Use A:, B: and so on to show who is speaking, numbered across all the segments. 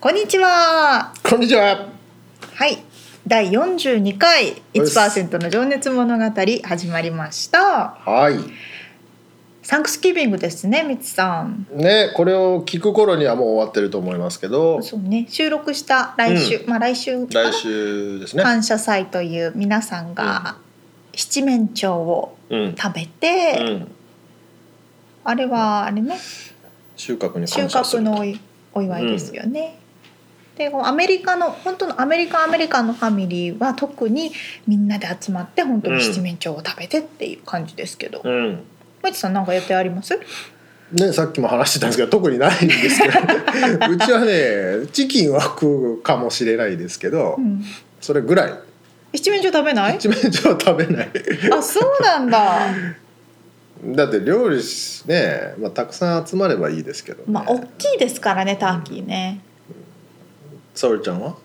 A: こんにちは
B: こんにちは。
A: はい第42回
B: よし
A: 1%の情熱物語始まりました
B: はい。
A: サンクスギビングですねみつさん
B: ね、これを聞く頃にはもう終わってると思いますけど、
A: そうね収録した来週、まあ来週かな
B: 来週ですね。
A: 感謝祭という皆さんが七面鳥を
B: うん。
A: 食べて、
B: うん。
A: あれはあれね
B: 収穫に
A: 収
B: 感謝す
A: 穫
B: る
A: のお祝いですよね。でこうアメリカの本当のアメリカンアメリカンのファミリーは特にみんなで集まって本当に七面鳥を食べてっていう感じですけど、
B: うん。
A: まちさんなんか予定あります？
B: ね、さっきも話してたんですけど特にないんですけど うちはねチキンは食うかもしれないですけど、
A: うん
B: それぐらい
A: 七面鳥食べない？
B: 一面鳥は食べない
A: あそうなんだ。
B: だって料理しね、まあ、たくさん集まればいいですけど、ね
A: まあ大きいですからねターキーね。
B: 沙織ちゃんは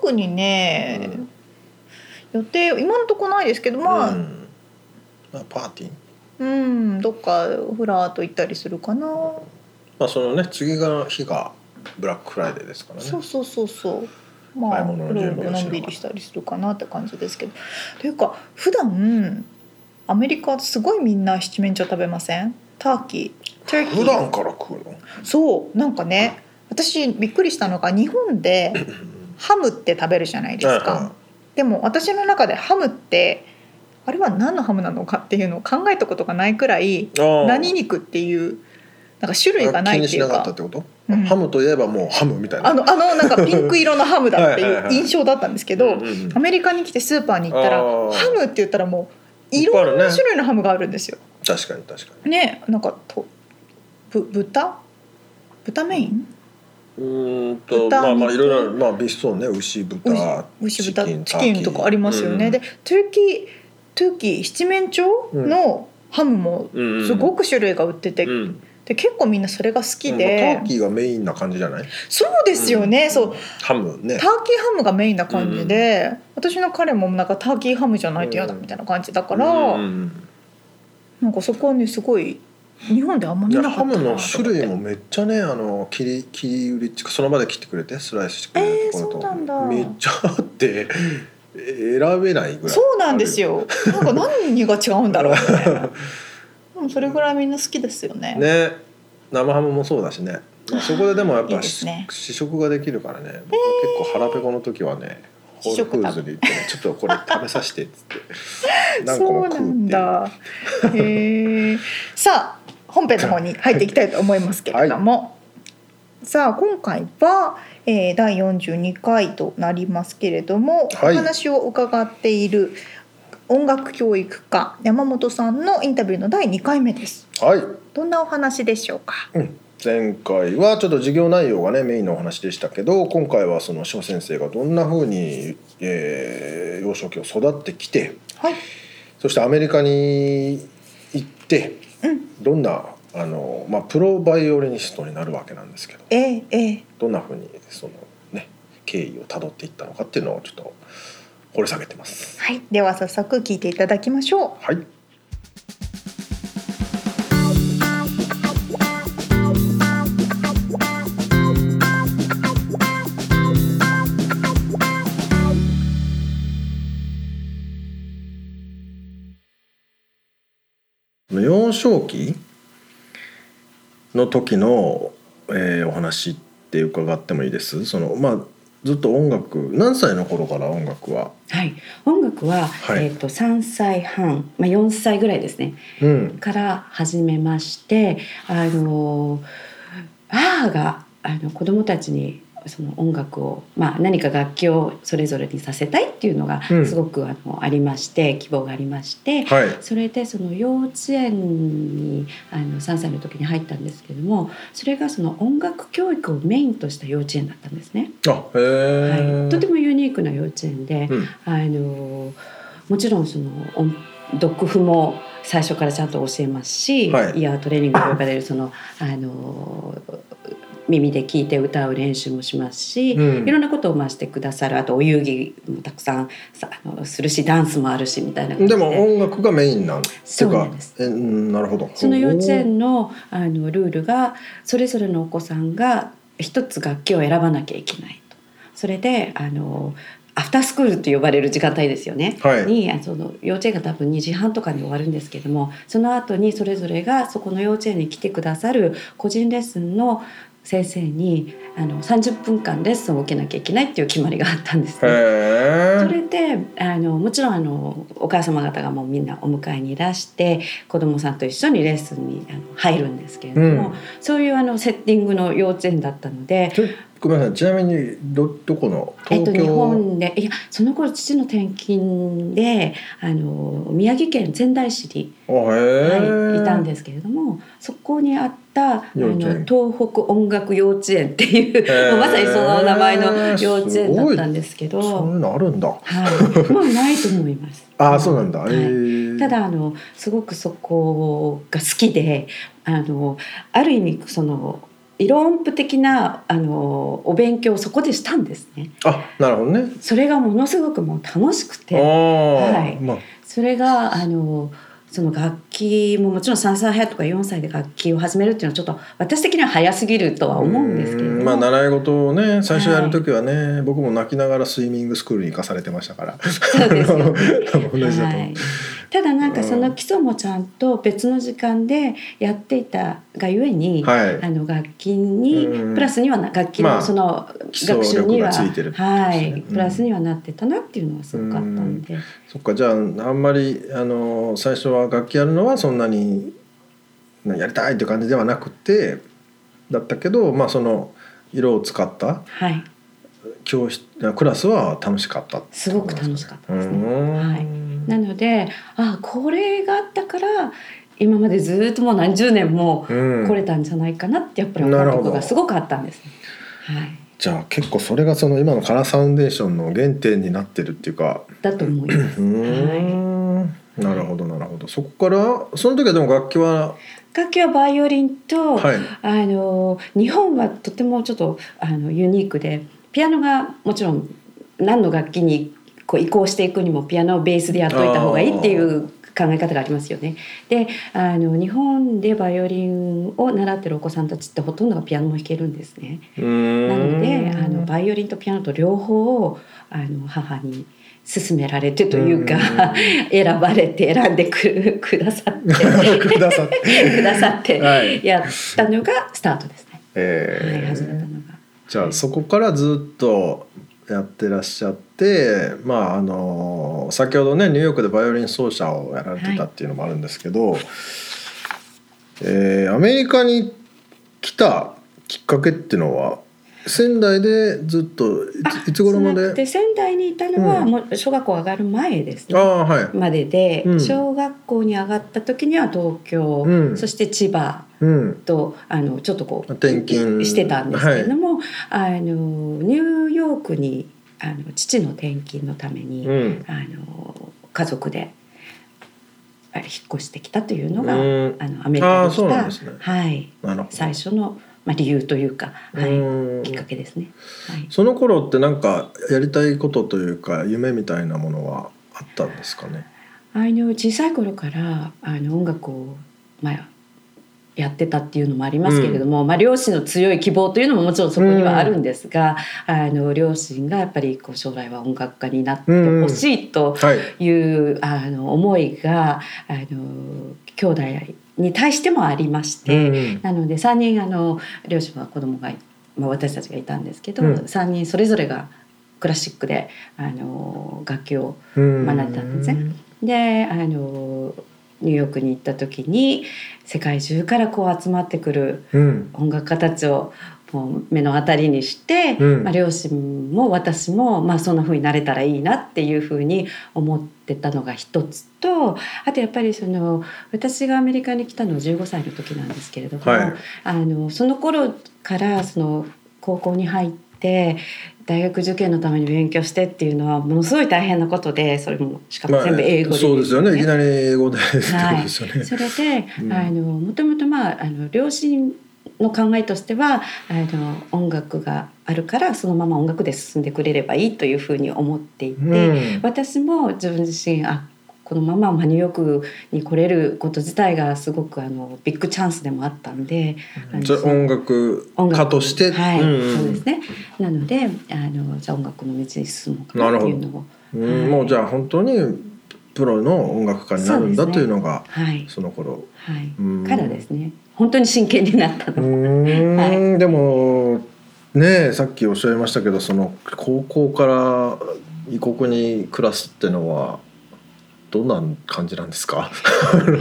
A: 特にね、予定今のとこないですけどまあ、
B: うんまあ、パーティー
A: うん、どっかフラーと行ったりするかな。
B: まあそのね次が日がブラックフライデーですからね
A: そうそうそうそう。まあ、
B: 買い物の
A: いろ
B: 準
A: い
B: 備
A: ろ
B: を
A: の
B: し
A: ん
B: ながら
A: びりしたりするかなって感じですけど。というか、普段。アメリカすごいみんな七面鳥食べません。ターキー。ターキー
B: 普段から食うの
A: そう、なんかね。私びっくりしたのが日本でハムって食べるじゃないです
B: はい
A: か
B: は。
A: でも私の中でハムってあれは何のハムなのかっていうのを考えたことがないくらい
B: いああ
A: 何肉っていうなんか種類がない
B: あ
A: っ
B: 気
A: て
B: に
A: い
B: しな
A: う
B: か
A: か
B: ったってこと、
A: うん
B: ハムといえばもうハムみたいな
A: あのあのなんかピンク色のハムだって
B: はいはい
A: い
B: は
A: う
B: い
A: 印象だったんですけど
B: うんうんうん
A: アメリカに来てスーパーに行ったら
B: あー
A: ハムって言ったらもうい
B: いっぱいあ
A: ろ
B: るね
A: んな種類のハムがあるんですよ。
B: 確かに確か
A: ねなんかとぶ豚豚メイン
B: にうーんと
A: 豚
B: まあまあ
A: 肉
B: いろいろあるまあビストンね牛豚
A: 牛豚
B: チキン
A: チキンとかありますよね。でトゥーキートゥーキー七面鳥のハムもすご
B: く
A: く種類が売ってて、で結構みんなそれが好きで
B: ター、キーがメインな感じじゃない
A: そうですよね、そう
B: ハムね
A: ターキーハムがメインな感じで、私の彼もなんかターキーハムじゃないと嫌だみたいな感じだから、
B: うんうん
A: なんかそこはねすごい日本であんま
B: うんい
A: 見な
B: や
A: かった
B: ハムの種類
A: も
B: もめっちゃねあの切り切り売りっていうかその場で切ってくれてスライスしてくれるところ
A: えー
B: と、
A: そうなんだ
B: めっちゃあって選べないぐらい
A: そうなんですよなんか何が違うんだろうみた いなでもそれぐらいみんな好きですよね
B: ね生ハムもそうだしね、まあ、そこででもやっ
A: いい
B: ぱ
A: ですね
B: し試食ができるからね、僕は結構腹ペコの時はねホ
A: 試
B: ール
A: 食食
B: フ
A: べ
B: ーズに行って、ね、ちょっとこれ食べさせてっつっ て何個
A: そ
B: も
A: う
B: 食
A: な
B: うっ
A: ん
B: ていう
A: だへえさあ本編の方に入っていきたいと思いますけれども、さあ今回は、えー、第42回となりますけれども、
B: はい
A: お話を伺っている音楽教育家山本さんのインタビューの第2回目です
B: はい、
A: どんなお話でしょうか
B: うん、前回はちょっと授業内容がねメインのお話でしたけど今回はその翔先生がどんな風に、えー幼少期を育ってきて
A: はい
B: そしてアメリカに行って、どんなあの、まあ、プロバイオリニストになるわけなんですけど。
A: えー、えー
B: どんなふうにそのね経緯をたどっていったのかっていうのをちょっと掘り下げてます。
A: はい、では早速聞いていただきましょ
B: はい。幼少期の時の、えーお話って伺ってもいいですそのまあずっと音楽何歳の頃から音楽は
C: はい、音楽は、
B: はい
C: えっ、と3歳半、まあ4歳ぐらいですね。
B: うん
C: から始めまして、あの母があの子供たちにその音楽をまあ何か楽器をそれぞれにさせたいっていうのが
B: うん
C: すごくあのありまして、希望がありまして。
B: はい
C: それでその幼稚園にあの3歳の時に入ったんですけどもそれがその音楽教育をメインとした幼稚園だったんですね、
B: あへえ、
C: はい、とてもユニークな幼稚園で、
B: うん
C: あのもちろんその音読譜も最初からちゃんと教えますし、
B: はい
C: イヤートレーニングと呼ばれるそ のあの耳で聞いて歌う練習もしますし、
B: うん
C: いろんなことをましてくださるあとお遊戯もたくさんさあのするしダンスもあるしみたいな感じ
B: でも音楽がメインなんて
C: そう
B: か
C: なんです
B: えうんなるほど
C: その幼稚園のあのルールがそれぞれのお子さんが一つ楽器を選ばなきゃいけないとそれであのアフタースクールと呼ばれる時間帯ですよね、
B: はい
C: にあその幼稚園が多分2時半とかに終わるんですけどもその後にそれぞれがそこの幼稚園に来てくださる個人レッスンの先生にあの30分間レッスンを受けなきゃいけないっていう決まりがあったんですね。
B: へ
C: そ
B: え
C: れであのもちろんあのお母様方がもうみんなお迎えにいらして子どもさんと一緒にレッスンにあの入るんですけれども、
B: うん
C: そういうあのセッティングの幼稚園だったので。
B: ちょごめんなさいちなみにどどこの
C: え
B: 東
C: っと、
B: 京、
C: 日本でいやその頃父の転勤であの宮城県仙台市に、
B: あへえ、
C: はい、いたんですけれどもそこにあったあ
B: 幼
C: の
B: 稚園
C: 東北音楽幼稚園って
B: へ
C: い
B: ー
C: う もうまさにその名前の幼稚園だったんですけど
B: そんなのあるんだ
C: はい、もうないと思います。
B: ああそうなんだ、
C: はい
B: へえ
C: ただあのすごくそこが好きであのある意味その色音符的なあのお勉強をそこでしたんですね。
B: あなるほどね
C: それがものすごくもう楽しく
B: あ
C: て
B: あ、
C: はい
B: まあ
C: それがあのその楽器ももちろん3歳早とか4歳で楽器を始めるっていうのはちょっと私的には早すぎるとは思うんですけれど
B: う
C: も
B: んまあ習い事をね最初やる時はね、僕も泣きながらスイミングスクールに行かされてましたから
C: そうですよね
B: 多分同じだと思う、
C: はい、ただなんかその基礎もちゃんと別の時間でやっていたがゆえに、
B: はい
C: あの楽器に、
B: うん
C: プラスにはな楽器
B: ま
C: の
B: あ
C: その
B: 基礎
C: 学習には、
B: 力がついてるってことです
C: は
B: ね
C: い
B: うん
C: プラスにはなってたなっていうのはすごかったんで、
B: そっかじゃああんまりあの最初は楽器やるのはそんなになやりたいって感じではなくてだったけどまあその色を使った
C: はい
B: 教室クラスは楽しかったって
C: す
B: こ
C: ご
B: と
C: く
B: なん
C: 楽
B: で
C: し
B: す
C: か
B: かね
C: ったですね。
B: うー
C: はい
B: ん
C: なのであこれがあったから今までずっともう何十年も
B: うん
C: 来れたんじゃないかなってやっぱり
B: な
C: 思
B: る
C: う
B: ほ
C: と
B: ど
C: こがすごくあったんですね。はい、
B: じゃあ結構それがその今のカラーサウンデーションの原点になってるっていうか
C: だと思い ま
B: う
C: す。はい
B: ーんなるほどなるほどそこからその時はでも楽器は
C: 楽器はバイオリンと、
B: はい
C: あの日本はとてもちょっとあのユニークでピアノがもちろん何の楽器にこう移行していくにもピアノをベースでやっといた方がいいっていう考え方がありますよね。であの日本でバイオリンを習ってるお子さんたちってほとんどがピアノも弾けるんですね。
B: うーん
C: なのであのバイオリンとピアノと両方をあの母に勧められてというか
B: う
C: 選ばれて選んでくくださって。
B: くださって
C: くださって
B: はい
C: やったのがスタートですね。はい、
B: え
C: 始めた
B: ー
C: のが。
B: じゃあそこからずっとやってらっしゃってまああの先ほどねニューヨークでバイオリン奏者をやられてたっていうのもあるんですけど、えーアメリカに来たきっかけっていうのは仙台でずっといついつ頃ま
C: そうなくて
B: で
C: 仙台にいたのは、
B: うん
C: もう小学校上がる前です
B: あ
C: ね。
B: あはい、
C: までで、
B: うん
C: 小学校に上がった時には東京、
B: うん
C: そして千葉
B: うん、
C: とあのちょっとこう
B: 転勤
C: してたんですけれども、あのニューヨークにあの父の転勤のために、
B: うん
C: あの家族であれ引っ越してきたというのが、
B: うん
C: あのアメリカ
B: あー
C: に
B: そう
C: 来
B: なん
C: た、
B: ですね
C: はい、
B: なるほど
C: 最初の、まあ、理由というか、はい
B: うん
C: きっかけですね。はい、
B: その頃ってなんかやりたいことというか夢みたいなものはあったんですかね
C: あの小さい頃からあの音楽を、まあ、やってたっていうのもありますけれども、まあ、両親の強い希望というのももちろんそこにはあるんですが、あの両親がやっぱりこう将来は音楽家になってほしいと
B: はい
C: いうあの思いがあの兄弟に対してもありまして、
B: うん
C: なので3人あの両親は子供がまあ、私たちがいたんですけど、
B: うん
C: 3人それぞれがクラシックであの楽器を
B: うん
C: 学んだんですねであのニューヨークに行った時に世界中からこう集まってくる
B: うん
C: 音楽家たちをもう目の当たりにして、
B: うん
C: まあ、両親も私も、まあ、そんな風になれたらいいなっていう風に思ってたのが一つとあとやっぱりその私がアメリカに来たのは15歳の時なんですけれども、
B: はい
C: あのその頃からその高校に入って大学受験のために勉強してっていうのはものすごい大変なことでそれもしかも全部英語で、
B: そうですよねいきなり英語でってことです よね、
C: それで、
B: うん
C: あのもともとまああの両親の考えとしてはあの音楽があるからそのまま音楽で進んでくれればいいというふうに思っていて、
B: うん
C: 私も自分自身あこのまままあニューヨークに来れること自体がすごくあのビッグチャンスでもあったんで、あの
B: じゃあ音楽
C: 音楽
B: 家として
C: はい、
B: うんうん
C: そうですねなのであのじゃあ音楽の道に進もうか
B: な
C: な
B: るほ
C: って
B: ど
C: いうのを
B: うん
C: はい
B: もうじゃあ本当にプロの音楽家になるんだ
C: そうです
B: と
C: ね
B: いうのが
C: はい、
B: その頃
C: はい
B: うん
C: からですね本当に真剣になった
B: う
C: の。
B: ーん、
C: は
B: でもねえさっきおっしゃいましたけどその高校から異国に暮らすってのはどんな感じなんですか
C: あの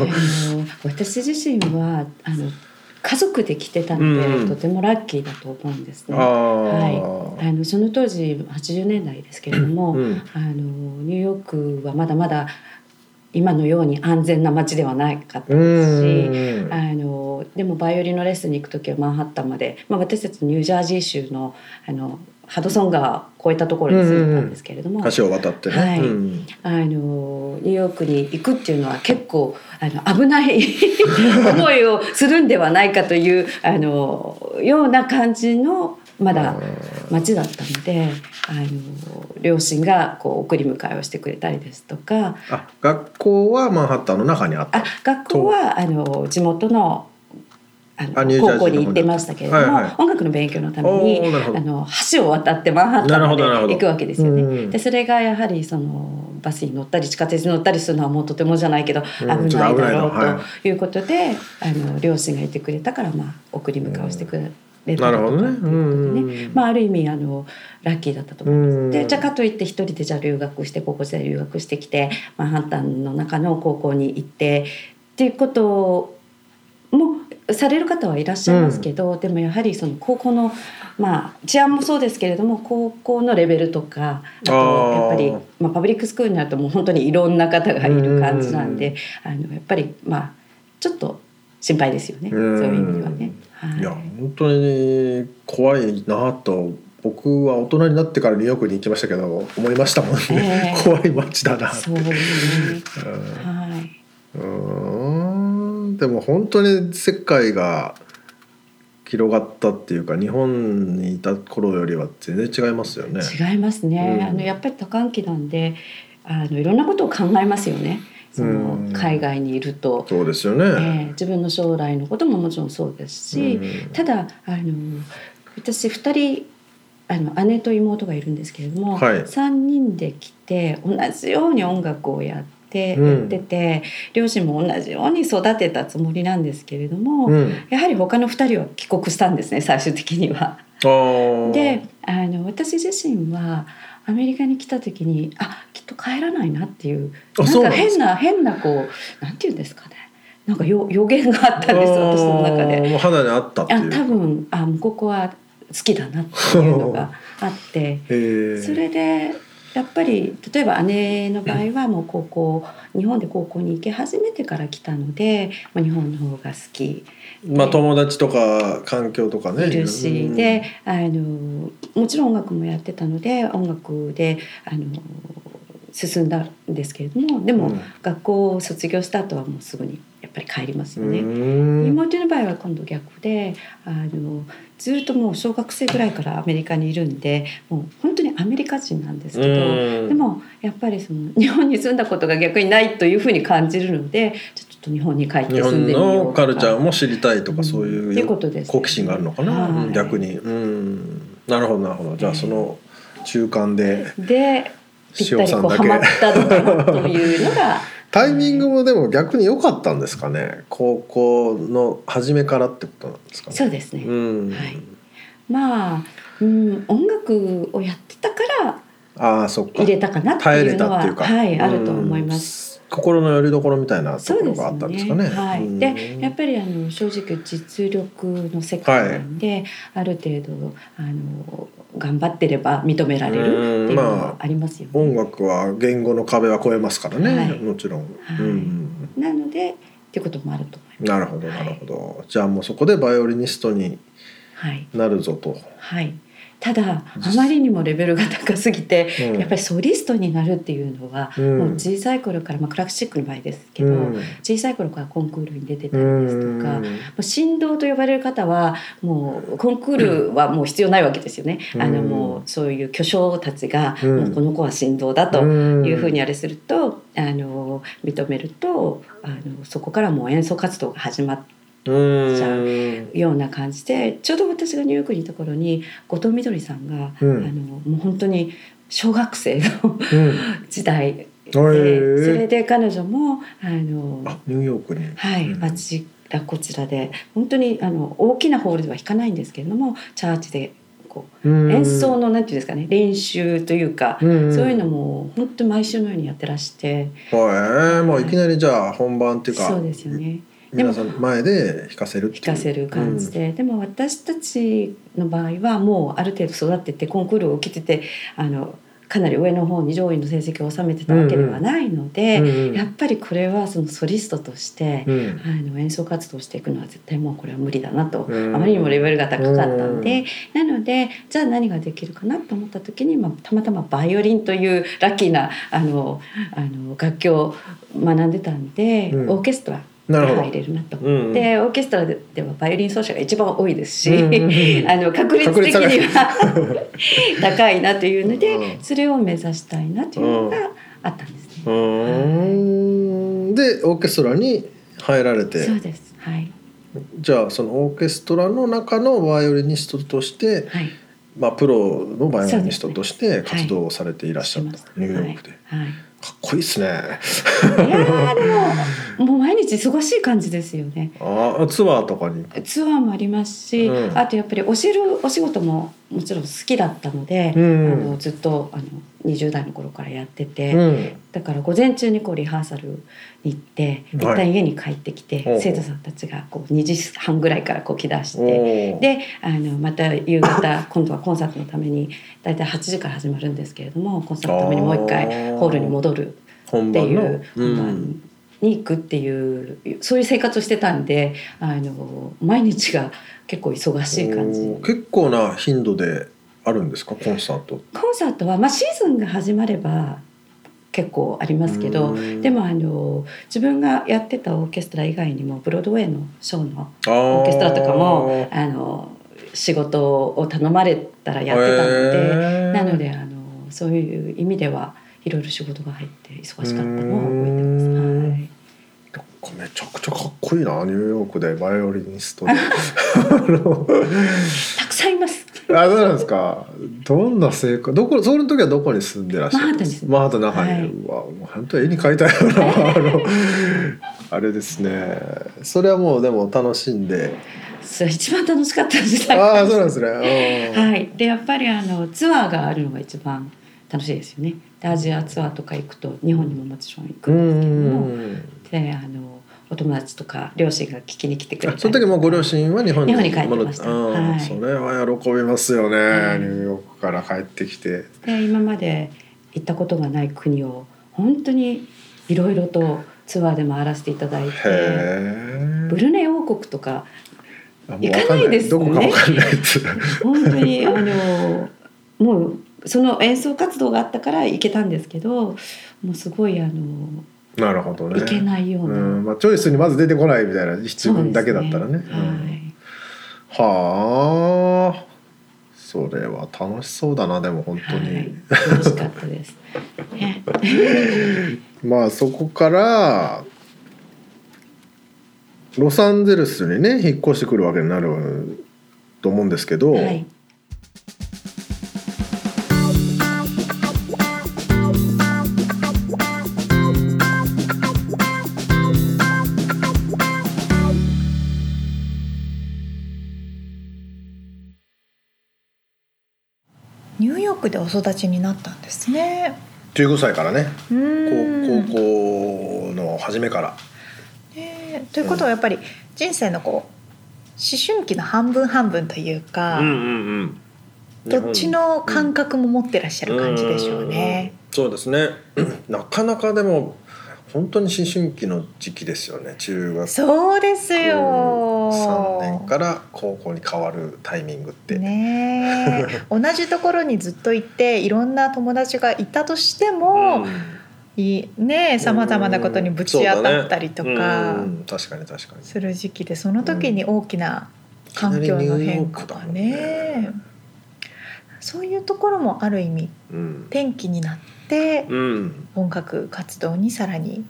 C: 私自身はあの家族で来てたので、
B: うんうん
C: とてもラッキーだと思うんです
B: あ
C: ね。
B: ー、
C: あのその当時80年代ですけれども、
B: うん
C: あのニューヨークはまだまだ今のように安全な街ではなかった
B: う
C: ですし。
B: ん
C: あのでもバイオリンのレッスンに行く時はマンハッタンまで、まあ、私たちニュージャージー州のあのハドソン川を越えたところに住んでたんですけれども、
B: 橋を渡ってね、
C: はい
B: うん
C: あのニューヨークに行くっていうのは結構あの危ない思いをするんではないかというあのような感じのまだ街だったのであの両親がこう送り迎えをしてくれたりですとか
B: あ学校はマンハッタンの中にあった
C: あ学校はあの地元のあの
B: あニュージャージー
C: 高校に行ってましたけれども、
B: はいはい
C: 音楽の勉強のため
B: おー
C: に
B: なるほど
C: あの橋を渡ってマンハッタ
B: な
C: ンまで
B: るほどなるほど
C: 行くわけですよね。
B: うん
C: でそれがやはりそのバスに乗ったり地下鉄に乗ったりするのはもうとてもじゃないけど危
B: うん
C: ない
B: ちょっ
C: だ
B: と危ないな
C: ろう
B: は
C: ということで、あの両親がいてくれたから、まあ、送り迎えをしてくれ
B: な
C: た
B: る
C: り
B: ほ
C: と
B: ど
C: か
B: ね
C: っていうことでね
B: うん
C: まあ、ある意味あのラッキーだったと思います
B: うん
C: でじゃあかといって一人でじゃあ留学して高校生で留学してきてマンハッタンの中の高校に行ってっていうこともされる方はいらっしゃいますけど、でもやはりその高校のまあ治安もそうですけれども高校のレベルとかあとやっぱり
B: あー
C: まあ、パブリックスクールになるともう本当にいろんな方がいる感じなんで、あのやっぱりまあちょっと心配ですよね、
B: うん
C: そういう意味ではね。はい
B: いや本当に怖いなと僕は大人になってからニューヨークに行きましたけど思いましたもんね、
C: ええ
B: 怖い街だな
C: そうですね、はい
B: うんでも本当に世界が広がったっていうか日本にいた頃よりは全然違いますよね。
C: 違いますね、
B: うん
C: あのやっぱり多感期なんであのいろんなことを考えますよねその、
B: うん
C: 海外にいると、
B: そうですよ
C: ええ
B: ね。
C: 自分の将来のことももちろんそうですし、
B: うん
C: ただあの私2人あの姉と妹がいるんですけれども、
B: はい
C: 3人で来て同じように音楽をやって,、
B: うん
C: やってて両親も同じように育てたつもりなんですけれども、
B: うん、
C: やはり他の2人は帰国したんですね最終的に
B: あ
C: は。
B: ー
C: であの私自身はアメリカに来た時にあきっと帰らないなっていう
B: あ
C: なん
B: そうな
C: か
B: んです
C: 変
B: か
C: な変なこうなんていうんですかねなんかよ予言があったんです
B: あー
C: 私の中で。
B: もう肌にあったってい
C: あ
B: う。
C: 多分あもうここは好きだなっていうのがあ って
B: へー
C: それでやっぱり例えば姉の場合はもう高校日本で高校に行き始めてから来たので、まあ、日本の方が好き
B: まあ友達とか環境とかね。
C: いるし、
B: うん
C: であのもちろん音楽もやってたので音楽であの進んだんですけれどもでも、
B: うん
C: 学校を卒業した後はもうすぐにやっぱり帰りますよね。
B: うん
C: 妹の場合は今度逆であのずっともう小学生ぐらいからアメリカにいるんでもう本当にアメリカ人なんですけど、
B: うん
C: でもやっぱりその日本に住んだことが逆にないというふうに感じるのでちょっと日本に帰っ
B: 日
C: て住ん
B: 本
C: でみよ
B: の
C: うと
B: カルチャー
C: か。
B: も知りたいと
C: う
B: か
C: ん
B: そうい
C: っていう
B: う
C: ことですね
B: 好奇心があるのかな、
C: はい
B: 逆にうんなるほどなるほどじゃあその中間で
C: でぴっ
B: 塩
C: たり
B: さ
C: こ
B: んだ
C: うハマっ
B: け
C: たのかなというの が
B: タイミングもでも逆に良かったんですかね高校の初めからってことなんですかね
C: そうですね、
B: うん
C: はいまあ、うん、音楽をやってたから
B: ああそっか
C: 入れたかなって
B: 耐え
C: い
B: れ
C: うの
B: たっ
C: は
B: ていうか、
C: はい、
B: うん
C: あると思います。
B: 心の拠り所みたいなと
C: そ
B: こ
C: う
B: ろ
C: です
B: があったんですかね。
C: ね。は
B: う
C: い。
B: ん
C: で、やっぱりあの正直実力の世界なんで、ある程度あの頑張ってれば認められるっていうの
B: うんま
C: は
B: あ
C: ありますよね。
B: 音楽は言語の壁は越えますからね、
C: はい
B: もちろん、
C: はい
B: うん
C: なのでっていうこともあると思います。
B: なるほど
C: は
B: ないるほど、じゃあもうそこでバイオリニストに
C: はい
B: なるぞと、
C: はい。ただあまりにもレベルが高すぎて。
B: うん
C: やっぱりソリストになるっていうのは、
B: うん
C: もう小さい頃から、まあ、クラシックの場合ですけど、
B: うん
C: 小さい頃からコンクールに出て
B: う
C: たりで
B: ん
C: すとか、もう振動と呼ばれる方はもうコンクールはもう必要ないわけですよね。
B: うん
C: あのもうそういう巨匠たちが、
B: うん
C: もうこの子は振動だというふうにあ
B: る
C: れすると、あの認めるとあのそこからもう演奏活動が始まじゃあるような感じでちょうど私がニューヨークにいた頃に後藤みどりさんが、
B: うん
C: あのもう本当に小学生の時代で、
B: へー
C: それで彼女もあの
B: あニューヨークに、
C: はい、
B: うん
C: あちらこちらで本当にあの大きなホールでは弾かないんですけれどもチャーチでこう演奏
B: の、
C: のなんていうんですかね練習というか、
B: んん
C: そういうのも本当毎週のようにやってらして、
B: はい、もういきなりじゃあ本番っていうか
C: そうですよね
B: 皆さん前で弾かせるっていう
C: 弾かせる感じ、で、でも私たちの場合はもうある程度育っててコンクールを受けててあのかなり上の方に上位の成績を収めてたわけではないの
B: うん
C: で、
B: うん
C: やっぱりこれはそのソリストとして、
B: うん
C: あの演奏活動していくのは絶対もうこれは無理だなと、
B: うん
C: あまりにもレベルが高かったんで、なのでじゃあ何ができるかなと思った時に、まあ、たまたまバイオリンというラッキーなあのあの楽器を学んでたんで、
B: うん
C: オーケストラ
B: なるほ
C: が
B: ど
C: 入れるなと。
B: うん
C: でオーケストラではバイオリン奏者が一番多いですし、
B: うんうんうん
C: あの確率的には 高いなというので、
B: うん
C: それを目指したいなというのがあったんですね。
B: うーんでオーケストラに入られて
C: そうです、はい
B: じゃあそのオーケストラの中のバイオリニストとして、
C: はい
B: まあ、プロのバイオリニストとして
C: ですね
B: 活動をされていらっしゃった、
C: します
B: ニューヨークで、
C: はいはい
B: かっこいいっすね
C: いやーでももう毎日忙しい感じですよね。
B: あーツアーとかに
C: ツアーもありますし、
B: うん
C: あとやっぱり教えるお仕事ももちろん好きだったので、
B: うん
C: あのずっとあの20代の頃からやってて、
B: うん
C: だから午前中にこうリハーサルに行って、一
B: はい
C: 旦家に帰ってきて、
B: ほうほう
C: 生徒さんたちがこう2時半ぐらいからこう来だし
B: お
C: て。
B: ー
C: であのまた 夕方今度はコンサートのために大体8時から始まるんですけれどもコンサートのためにもう一
B: あ
C: 回
B: ー
C: ホールに戻る
B: 本
C: って
B: 番
C: い
B: の
C: う
B: う
C: 本
B: ん
C: 番に行くっていう、そういう生活をしてたんであの毎日が結構忙しい感じ
B: おー結構な頻度であるんですかコンサート
C: コンサートは、まあ、シーズンが始まれば結構ありますけど
B: うん
C: でもあの自分がやってたオーケストラ以外にもブロードウェイのショーのオ
B: オ
C: ーケストラとかもあの仕事を頼まれたらやってたので、なのであのそういう意味ではいろいろ仕事が入って忙しかったのを覚えてます。
B: うん
C: はい
B: めちゃくちゃかっこいいなニューヨークでバイオリニストであの
C: たくさんいます。
B: あそうなんですかどんな生活どこその時はどこに住んでらっしゃるんですマンハッタンの中に、
C: はいう
B: わもう本当絵に描いたような あのあれですねそれはもうでも楽しんで
C: それ一番楽しかった時代。
B: ああそうなんですね、うん
C: はい。でやっぱりあのツアーがあるのが一番楽しいですよね。でアジアツアーとか行くと日本にももちろん行く
B: うんんうんう
C: で
B: ん
C: すけども、であのお友達とか両親が聞きに来てくれた
B: あ
C: り
B: その時もうご両親は日本に
C: 日本に帰ってました
B: 戻っうん
C: はい
B: それは喜びますよね、
C: はい
B: ニューヨークから帰ってきて
C: で今まで行ったことがない国を本当にいろいろとツアーで回らせていただい
B: へ
C: て、
B: え
C: ブルネイ王国とか
B: あもう
C: 行かないですよね
B: わかんないどこかわかんないっつう
C: 本当にあのもうその演奏活動があったから行けたんですけど、もうすごいあの
B: なるほどね
C: 行けないよう
B: う
C: な。
B: んまあ、チョイスにまず出てこないみたいな質
C: そうです
B: 問だけだったらねうん
C: はい
B: はあそれは楽しそうだなでも本当に、
C: はい、楽しかったです。 ね、
B: まあそこからロサンゼルスにね引っ越してくるわけになると思うんですけど、
C: はい、
A: クでお育ちになったんですね。
B: 15歳からね
A: う
B: こ
A: ー
B: うん高校の初めから
A: ねということはやっぱり人生のこう思春期の半分半分というか、
B: うん
A: どっちの感覚も持ってらっしゃる感じでしょうね。
B: うんうんうんそうですね なかなかでも本当に思春期の時期ですよね中学
A: そうですよ。
B: 3年から高校に変わるタイミングって、
A: ね え同じところにずっといていろんな友達がいたとしても、いねえさまざまなことにぶち当たったりと
B: うん
A: か
B: うん確かに確かに
A: する時期でその時に大きな環境の変化が
B: いきなりニューヨークだもん
A: ね
B: ね
A: そういうところもある意味
B: うん、
A: 転機になって
B: うん
A: 音楽活動にさらに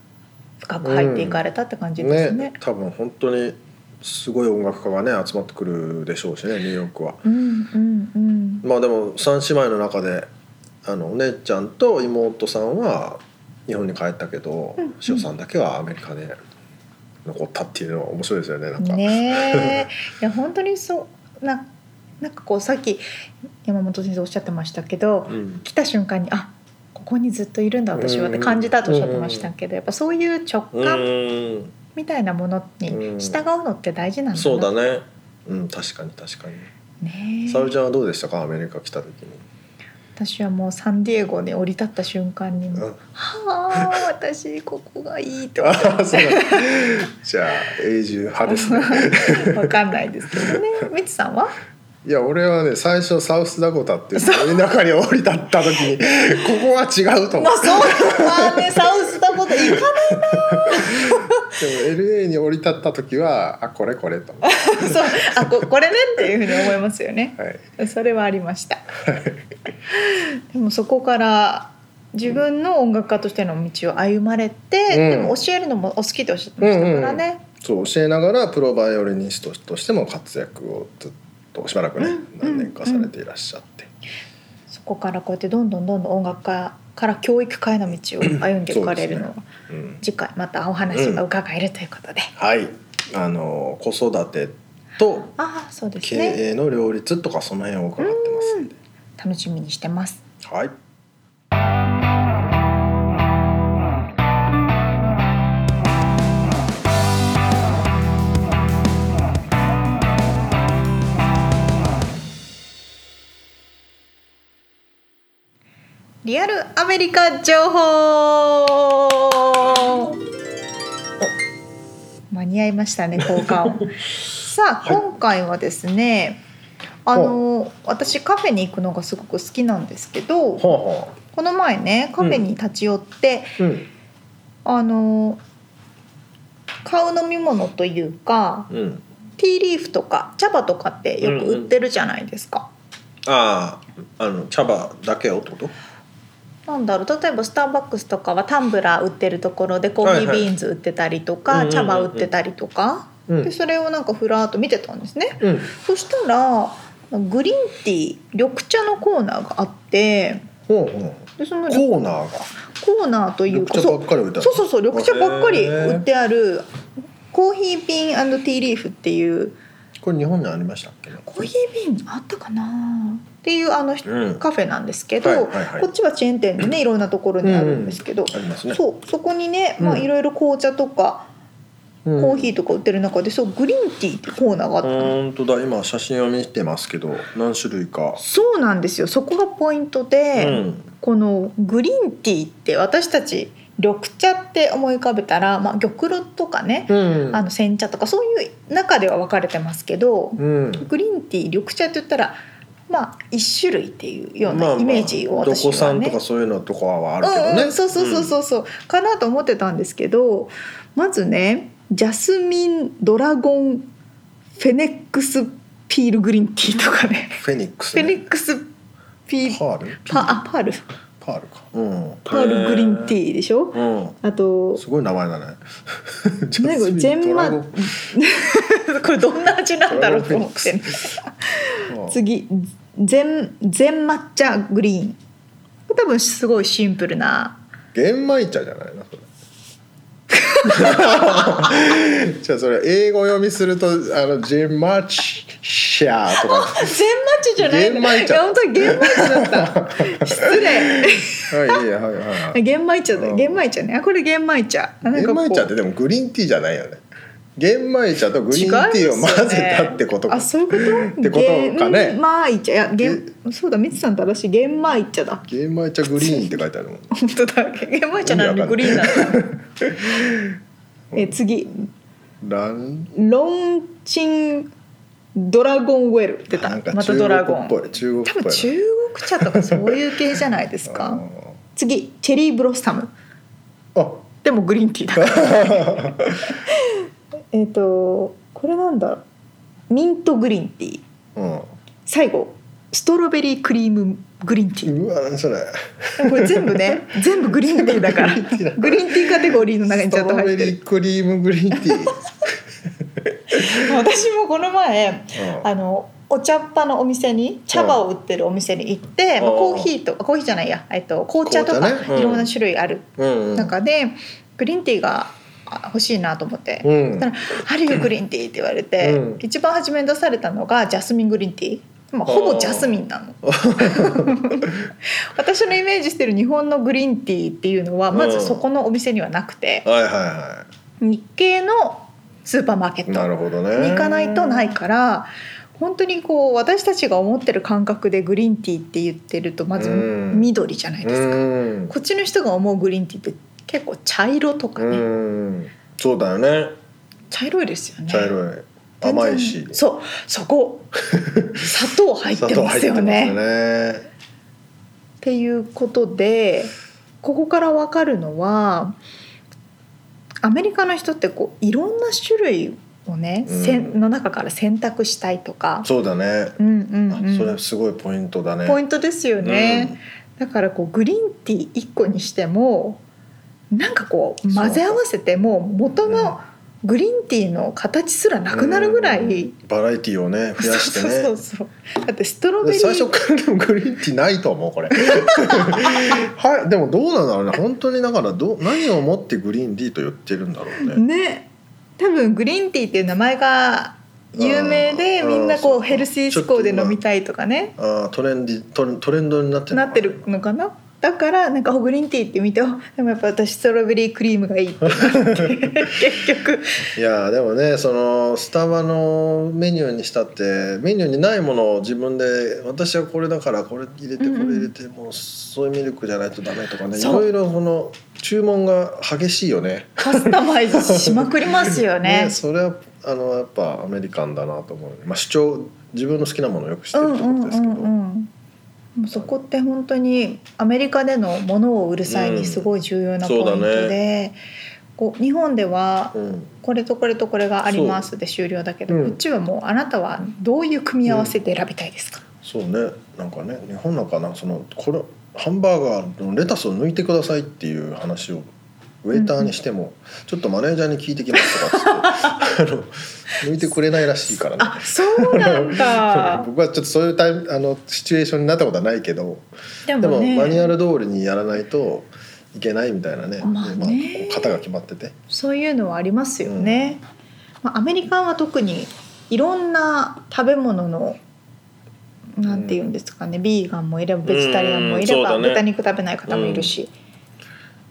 A: 深く入っていかれたって感じですね。
B: 多分本当にすごい音楽家がね集まってくるでしょうしねニューヨークは
A: うんうんうん
B: まあでも三姉妹の中であのお姉ちゃんと妹さんは日本に帰ったけど
A: うん
B: 塩、さんだけはアメリカで残ったっていうのは面白いですよねなんか、
A: ねえいや本当にそうななんかこうさっき山本先生おっしゃってましたけど
B: うん
A: 来た瞬間にあここにずっといるんだ私はって感じたとおっしゃってましたけどやっぱそういう直
B: う
A: 感
B: ーん
A: みたいなものに従うのって大事なんだな
B: そうだねうん確かに確かに
A: ねえ
B: 沙織ちゃんはどうでしたかアメリカ来た時に
A: 私はもうサンディエゴに降り立った瞬間にも
B: うん
A: う「はあ私ここがいい」と
B: あ
A: か
B: ー そうなんだじゃあ永住派です ね
A: わかんないですけどねみつさんはい
B: や俺はね最初サウスダコタっていう田舎に降り立った時にここは違うと思
A: ま
B: う
A: あそうまあねサウスダコタ行か
B: でも LA に降り立った時はあこれこれと思 う
A: そうあここれねっていうふうに思いますよね。
B: はい、
A: それはありました。でもそこから自分の音楽家としての道を歩まれて、
B: うん
A: でも教えるのもお好きとおっしゃってましたからね。
B: そう教えながらプロバイオリニストとしても活躍をずっとしばらくね、
A: うん
B: 何年かされていらっしゃって、
A: そこからこうやってどんどんどんどん音楽家から教育家への道を歩んでいかれるのは、
B: うん
A: 次回またお話が伺えるということで。
B: はいあの子育てと
A: ああそうです
B: 経
A: ね。
B: 営の両立とかその辺を伺ってますんで、
A: 楽しみにしてます。
B: はい
A: リアルアメリカ情報お間に合いましたね交換 音さあ、
B: はい
A: 今回はですねあの私カフェに行くのがすごく好きなんですけどこ
B: ほうほ
A: の前ねカフェに立ち寄って、
B: う、うん
A: あの買う飲み物というか
B: うん、
A: ティーリーフとか茶葉とかってよく売ってるじゃないですか。
B: あああの茶葉だけをってこと
A: なんだろう例えばスターバックスとかはタンブラー売ってるところでコーヒービーンズ売ってたりとか、
B: はいはい
A: 茶葉売ってたりとか、
B: うん
A: でそれをなんかふらーっと見てたんですね。
B: うん
A: そしたらグリーンティー緑茶のコーナーがあって
B: ほうほう
A: でその
B: コーナーが
A: コーナーという
B: 緑
A: か
B: 茶
A: そ
B: ばっ
A: う
B: かり置いてある
A: そうそうそう緑茶ばっかり売ってあるコーヒービーンティーリーフっていう
B: これ日本にありましたっけね
A: コーヒービーンあったかなっていうあの、
B: うん
A: カフェなんですけど、
B: はいはいはい
A: こっちはチェーン店でねいろんなところにあるんですけど、
B: ありますね
A: そうそこにね、まあ、
B: うん
A: いろいろ紅茶とか
B: うん
A: コーヒーとか売ってる中で、そうグリーンティーってコーナーがあったの、
B: 本当だ今写真を見てますけど何種類か、
A: そうなんですよそこがポイント
B: う
A: で、
B: ん、
A: このグリーンティーって私たち緑茶って思い浮かべたら、まあ、玉露とかね、
B: うん
A: あの煎茶とかそういう中では分かれてますけど、
B: うん
A: グリーンティー緑茶って言ったらまあ一種類っていうよう
B: まあ
A: なイメージを
B: まあど
A: 私
B: こさ
A: は
B: ん
A: ね
B: とかそういうのとかはあるけどね、
A: うんうん、そうそうそうそうそう、かなと思ってたんですけどまずねジャスミンドラゴンフェネックスピールグリーンティーとかね
B: フェニックス
A: フェネックスピー
B: パール
A: パあパール
B: パールか、うん、
A: パールグリーンテ
B: ィ
A: ィーでしょ
B: ー、
A: あと
B: うん、すごい 名前だね
A: 何これジェンマこ れどんな味なんだろうと思って、ね、次全全抹茶グリーンこれ多分すごいシンプルな
B: 玄米茶じゃないなそれじゃあそれ英語読みするとあのジェンマチシャーと か。
A: 全マッチじゃない
B: 玄米
A: い
B: 茶
A: や本当に玄米茶だった失 礼
B: はいいいはいはい。
A: 玄米茶
B: う
A: だ
B: ん
A: 玄米茶ねあこれ玄米茶あなん
B: 玄
A: かこう
B: 米茶ってでもグリーンティーじゃないよね。玄米茶とグリーンティーを
A: 違いますよ
B: 混
A: ね
B: ぜたってことか
A: あ。そういうこと
B: ってことかね
A: 玄米茶いや玄そうだミツさんと私玄米茶だ
B: 玄米茶グリーンって書いてあるもん。
A: 本当だ玄米茶なのにグリーンなのえ次
B: ラン。
A: ロンチンドラゴンウェル出た
B: なんか
A: また
B: 中
A: ドラゴ
B: 国
A: ン
B: っぽい。中国っ
A: 多
B: ぽ
A: 分
B: いな。
A: 中国茶とかそういう系じゃないですか次チェリーブロッサム
B: あー。あ
A: でもグリーンティーだから えっとこれなんだミントグリーンティー
B: うん。
A: 最後ストロベリークリームグリーンティ
B: うわ何それ。
A: ーこれ全部ね全部グリーンティーだからグリーンティーカテゴリーの中に
B: ス
A: ちゃ
B: ト
A: んと
B: ロ
A: 入
B: ベ
A: って
B: リ
A: る
B: ークリームグリーンティー。
A: 私もこの前
B: うん
A: あのお茶っ葉のお店に茶葉を売ってるお店に行って、まあ、
B: うん
A: コーヒーとコーヒーじゃないや、えっと、紅茶とか
B: 紅茶ねうん
A: いろんな種類ある
B: うんうん。
A: 中で、グリーンティーがあ欲しいなと思って、
B: うん
A: そしたら「あるよグリーンティー」って言われて、
B: うん
A: 一番初めに出されたのがジャスミングリーンティー。まあ、ほぼジャスミンなの 私のイメージしてる日本のグリーンティーっていうのはまずそこのお店にはなくて
B: はいはいは
A: 日系のスーパーマーケ
B: い。
A: ット
B: なるほどね。
A: に行かないとないから本当にこう私たちが思ってる感覚でグリーンティーって言ってるとまず
B: うん
A: 緑じゃないですか、
B: うん
A: こっちの人が思うグリーンティーって結構茶色とか
B: う
A: ね、
B: ん。そうだよね。
A: 茶色いですよね
B: 茶色い。
A: 全然
B: 甘いし。
A: そうそ こ砂糖入ってますよね
B: 砂糖入ってますよね
A: っていうことでここから分かるのはアメリカの人ってこういろんな種類をね、せん
B: うん
A: の中から選択したいとか
B: そうだね。
A: うんうん
B: あ
A: うん、
B: それすごいポイントだね。
A: ポイントですよね、だからこうグリーンティー1個にしてもなんかこう混ぜ合わせてもう元のグリーンティーの形すら
B: うん
A: なくなるぐらい、
B: うんバラエティーをね増
A: そう
B: やして
A: そうそう
B: ね。
A: そうだってストロベ
B: で
A: リー
B: 最初からでもグリーンティーないと思うこ れ。はいでもどうなんだろうね本当にだからどう何をもってグリーンティーと言ってるんだろうね。
A: ね多分グリーンティーっていう名前が有名で
B: うん
A: みんな
B: う
A: こうんヘルシー志向で飲みたいとかね
B: あートレンディトレトレンドになって
A: なってるのかなだからなんかおグリーンティーって見てあでもやっぱ私ストロベリークリームがいいってなって結局
B: いやーでもねそのスタバのメニューにしたってメニューにないものを自分で私はこれだからこれ入れて
A: う
B: こ
A: んうん
B: れ入れて、もうそういうミルクじゃないとダメとかねい
A: そう
B: ろいろその注文が激しいよね。
A: カスタマイズしまくりますよ ね。
B: それはあのやっぱアメリカンだなと思う、まあ、主張自分の好きなものをよくして
A: う
B: るっ
A: んう
B: てこ
A: ん
B: と
A: う
B: ですけど。
A: んうんでもそこって本当にアメリカでのものを売る際にすごい重要なポイン
B: うん
A: ト
B: そうだ
A: で、こう日本では
B: うん
A: これとこれとこれがありますで終了だけど、
B: うん
A: こっちはもうあなたはどういう組み合わせで選びたいですか、
B: そうねなんかね日本なんかなそのこれハンバーガーのレタスを抜いてくださいっていう話をウェイターにしても、ちょっとマネージャーに聞いてきますとか っつってあの抜いてくれないらしいからね。
A: あそうなんだ
B: 僕はちょっと そういうタイムあのシチュエーションになったことはないけど
A: で
B: で
A: も
B: も
A: ね
B: マニュアル通りにやらないといけないみたいなね,で、
A: まあね
B: 型が決まってて
A: そういうのはありますよね、まあ、アメリカンは特にいろんな食べ物のなんていうんですかね、ビーガンもいればベジタリアンもいれば、
B: うんそうだね
A: 豚肉食べない方もいるし、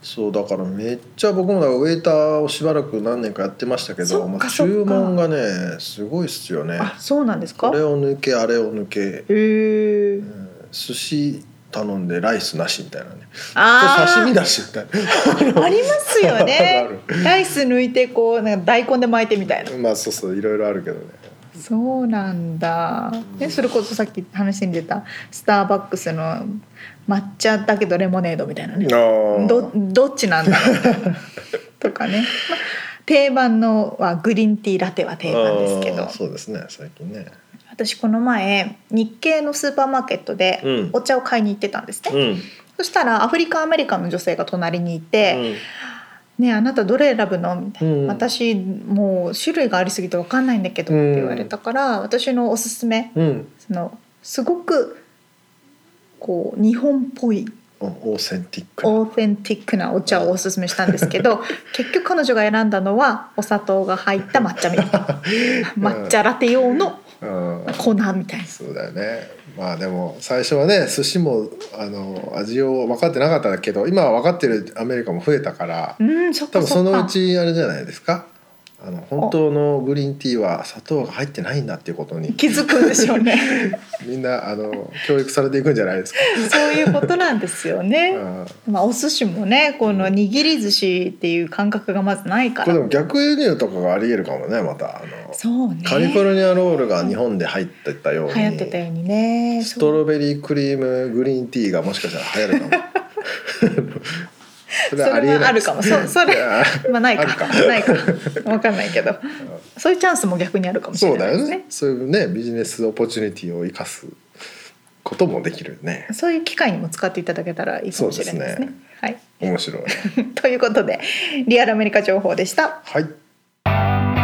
B: そうだからめっちゃ僕もだからウェイターをしばらく何年かやってましたけ
A: そっ
B: ど、
A: か
B: まあ、
A: そっか
B: 注文がねすごいっすよね
A: あそうなんですか
B: これを抜けあれを抜け
A: へー
B: 寿司頼んでライスなしみたいなね
A: あー
B: 刺身だしみたい
A: ありますよね
B: ある
A: ライス抜いてこうなんか大根で巻いてみたいな
B: な まあそうそういろいろあるけどね
A: そうなんだ、ね、それこそさっき話に出たスターバックスの抹茶だけどレモネードみたいなね
B: あ
A: どどっちなんだろう とかね、まあ定番のはグリーンティーラテは定番ですけど
B: そうですね最近ね
A: 私この前日系のスーパーマーケット
B: う
A: で
B: ん
A: お茶を買いに行ってたんですね、
B: うん
A: そしたらアフリカアメリカの女性が隣にいて「ねえあなたどれ選ぶの?」みたいな。
B: うん
A: 私もう種類がありすぎて分かんないんだけどって言われたから、私のおすすめ
B: うん
A: そのすごくこう日本っぽい
B: オーセンティックな
A: オーセンティックなお茶をおすすめしたんですけ ど結局彼女が選んだのはお砂糖が入った抹茶みたいな抹茶ラテ用の
B: うん
A: 粉みたいな
B: そうだよねまあでも最初はね寿司もあの味を分かってなかったけど今は分かってるアメリカも増えたから
A: うんそっ
B: 多
A: か
B: 分
A: そ
B: そ
A: っ
B: のう
A: か
B: ちあれじゃないですかあの本当のグリーンティーは砂糖が入ってないんだっていうことに
A: 気づくんでしょうね
B: みんなあの教育されていくんじゃない ですか。
A: そういうことなんですよね、
B: うん
A: まあお寿司もねこの握り寿司っていう感覚がまずないか
B: これで
A: ら
B: も逆輸入とかがありえるかもねまたあの
A: そうね
B: カリフォルニアロールが日本で入ってたように
A: 流行ってたようにね
B: スト
A: そう
B: ロベリークリームグリーンティーがもしかしたら流 行るかもそ
A: それはあるかもそうそれ
B: あ
A: まあないか
B: あるか
A: ないかわかんないけどそういうチャンスも逆にあるかもし
B: そ
A: れ
B: う
A: ない
B: だ
A: で
B: よ
A: す
B: ね
A: ね
B: そういうねビジネスオポチュニティを生かすこともできるね
A: そういう機会にも使っていただけたらいいかもしれないですね
B: そうで
A: はい、
B: 面白いね
A: ということでリアルアメリカ情報でした
B: はい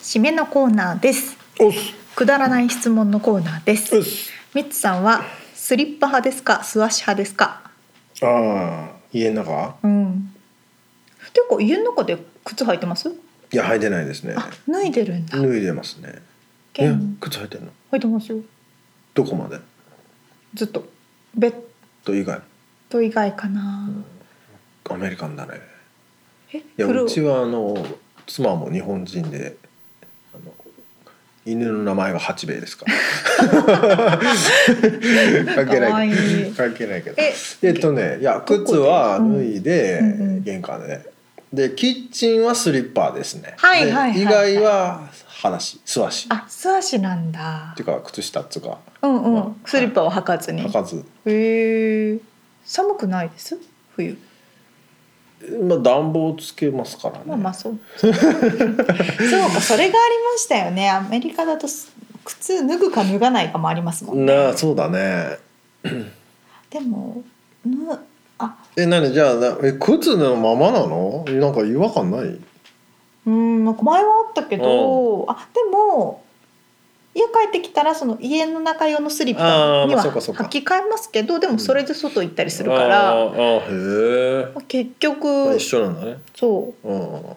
A: 締めのコーナーです
B: おっす
A: くだらない質問のコーナーで
B: お
A: す
B: っす
A: ミッツさんはスリッパ派ですか素足派ですか
B: ああ家の中
A: うんていうか家の中で靴履いてます
B: いや履いてないですね
A: あ脱いでるんだ
B: 脱いでますねえ
A: けん
B: 靴履いてんの
A: 履いてますよ
B: どこまで
A: ずっとベッ
B: と以外
A: ド以外かな、
B: アメリカンだね
A: え
B: いや
A: 古
B: うちはあの妻も日本人であの犬の名前が八兵衛ですから 関
A: か
B: 係
A: わ
B: ない
A: い
B: い
A: い
B: 関係ないけど
A: え
B: えっとねいや靴は
A: どこ
B: 脱
A: で
B: いで、
A: うんうんうん
B: 玄関ででキッチンはスリッパですね、
A: はい
B: で
A: はいはい
B: 以外は裸足素足っ
A: あ素足なんだ
B: ていうか靴下っつうか
A: うんう
B: ま
A: ん
B: あ
A: スリッパは履かずに
B: 履かず、
A: へえ寒くないです冬
B: まあ、暖房つけますからね、
A: まあまあそう そうかそれがありましたよねアメリカだとす靴脱ぐか脱がないかもありますもん
B: なあ
A: ね
B: そうだね
A: でもぬあ
B: え何じゃあなえ靴のままなのなんか違和感ない
A: うんなんか前はあったけど、あでも家帰ってきたらその家の中用のスリッ
B: あ
A: パ
B: ー
A: に
B: ま
A: は
B: あそうかそうか
A: 履き替えますけどでもそれで外行ったりするか
B: あ
A: ら、
B: ーあーへえ、
A: 結
B: まあ
A: 局
B: 一緒なんだね
A: そう
B: う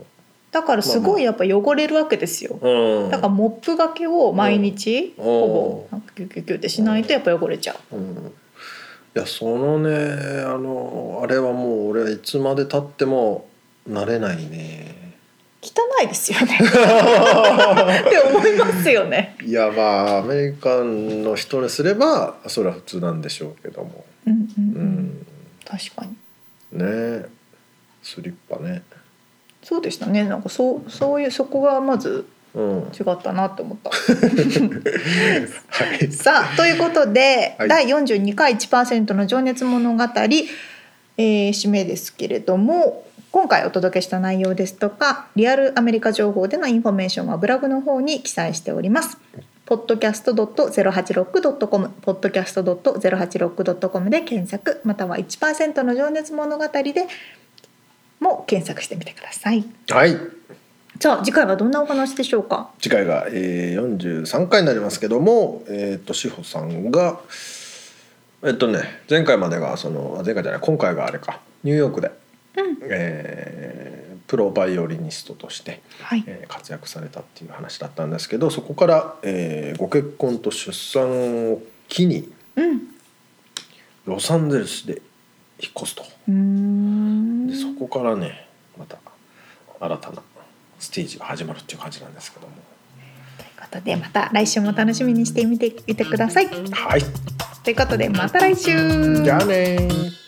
A: だからすごいやっぱ汚れるわけですよ。
B: んうん
A: だからモップがけを毎日
B: うん
A: ほ
B: う
A: ぼな
B: ん
A: んかギュギュギュってしないとやっぱ汚れちゃう。
B: ら、うん、いやそのねあのあれはもう俺はいつまでたっても慣れないね
A: 汚いですよね って思いますよね。
B: いやまあアメリカンの人にすればそれは普通なんでしょうけども
A: うんうん
B: う
A: うん、
B: ん、
A: 確かに
B: ねスリッパね
A: そうでしたねなんかそうそういうそこがまず
B: うんはい
A: 違ったなって思った。 さあということで、
B: はい
A: 第42回1%の情熱物語、えー締めですけれども今回お届けした内容ですとかリアルアメリカ情報でのインフォメーションはブログの方に記載しております。podcast.086.com podcast.086.com で検索または1%の情熱物語でも検索してみてください。
B: はい
A: じゃあ次回はどんなお話でしょうか
B: 次回が、えー、43回になりますけども、えー、と志保さんがえっとね前回までがそのあ前回じゃない今回があれかニューヨークで、えープロバイオリニストとして、
A: はい、
B: えー活躍されたっていう話だったんですけどそこから、えーご結婚と出産を機に
A: うん
B: ロサンゼルスで引っ越すと
A: うーん
B: でそこからねまた新たなステージが始まるっていう感じなんですけども
A: ということでまた来週も楽しみにしてみていてください。
B: はい
A: ということでまた来週
B: じゃあねー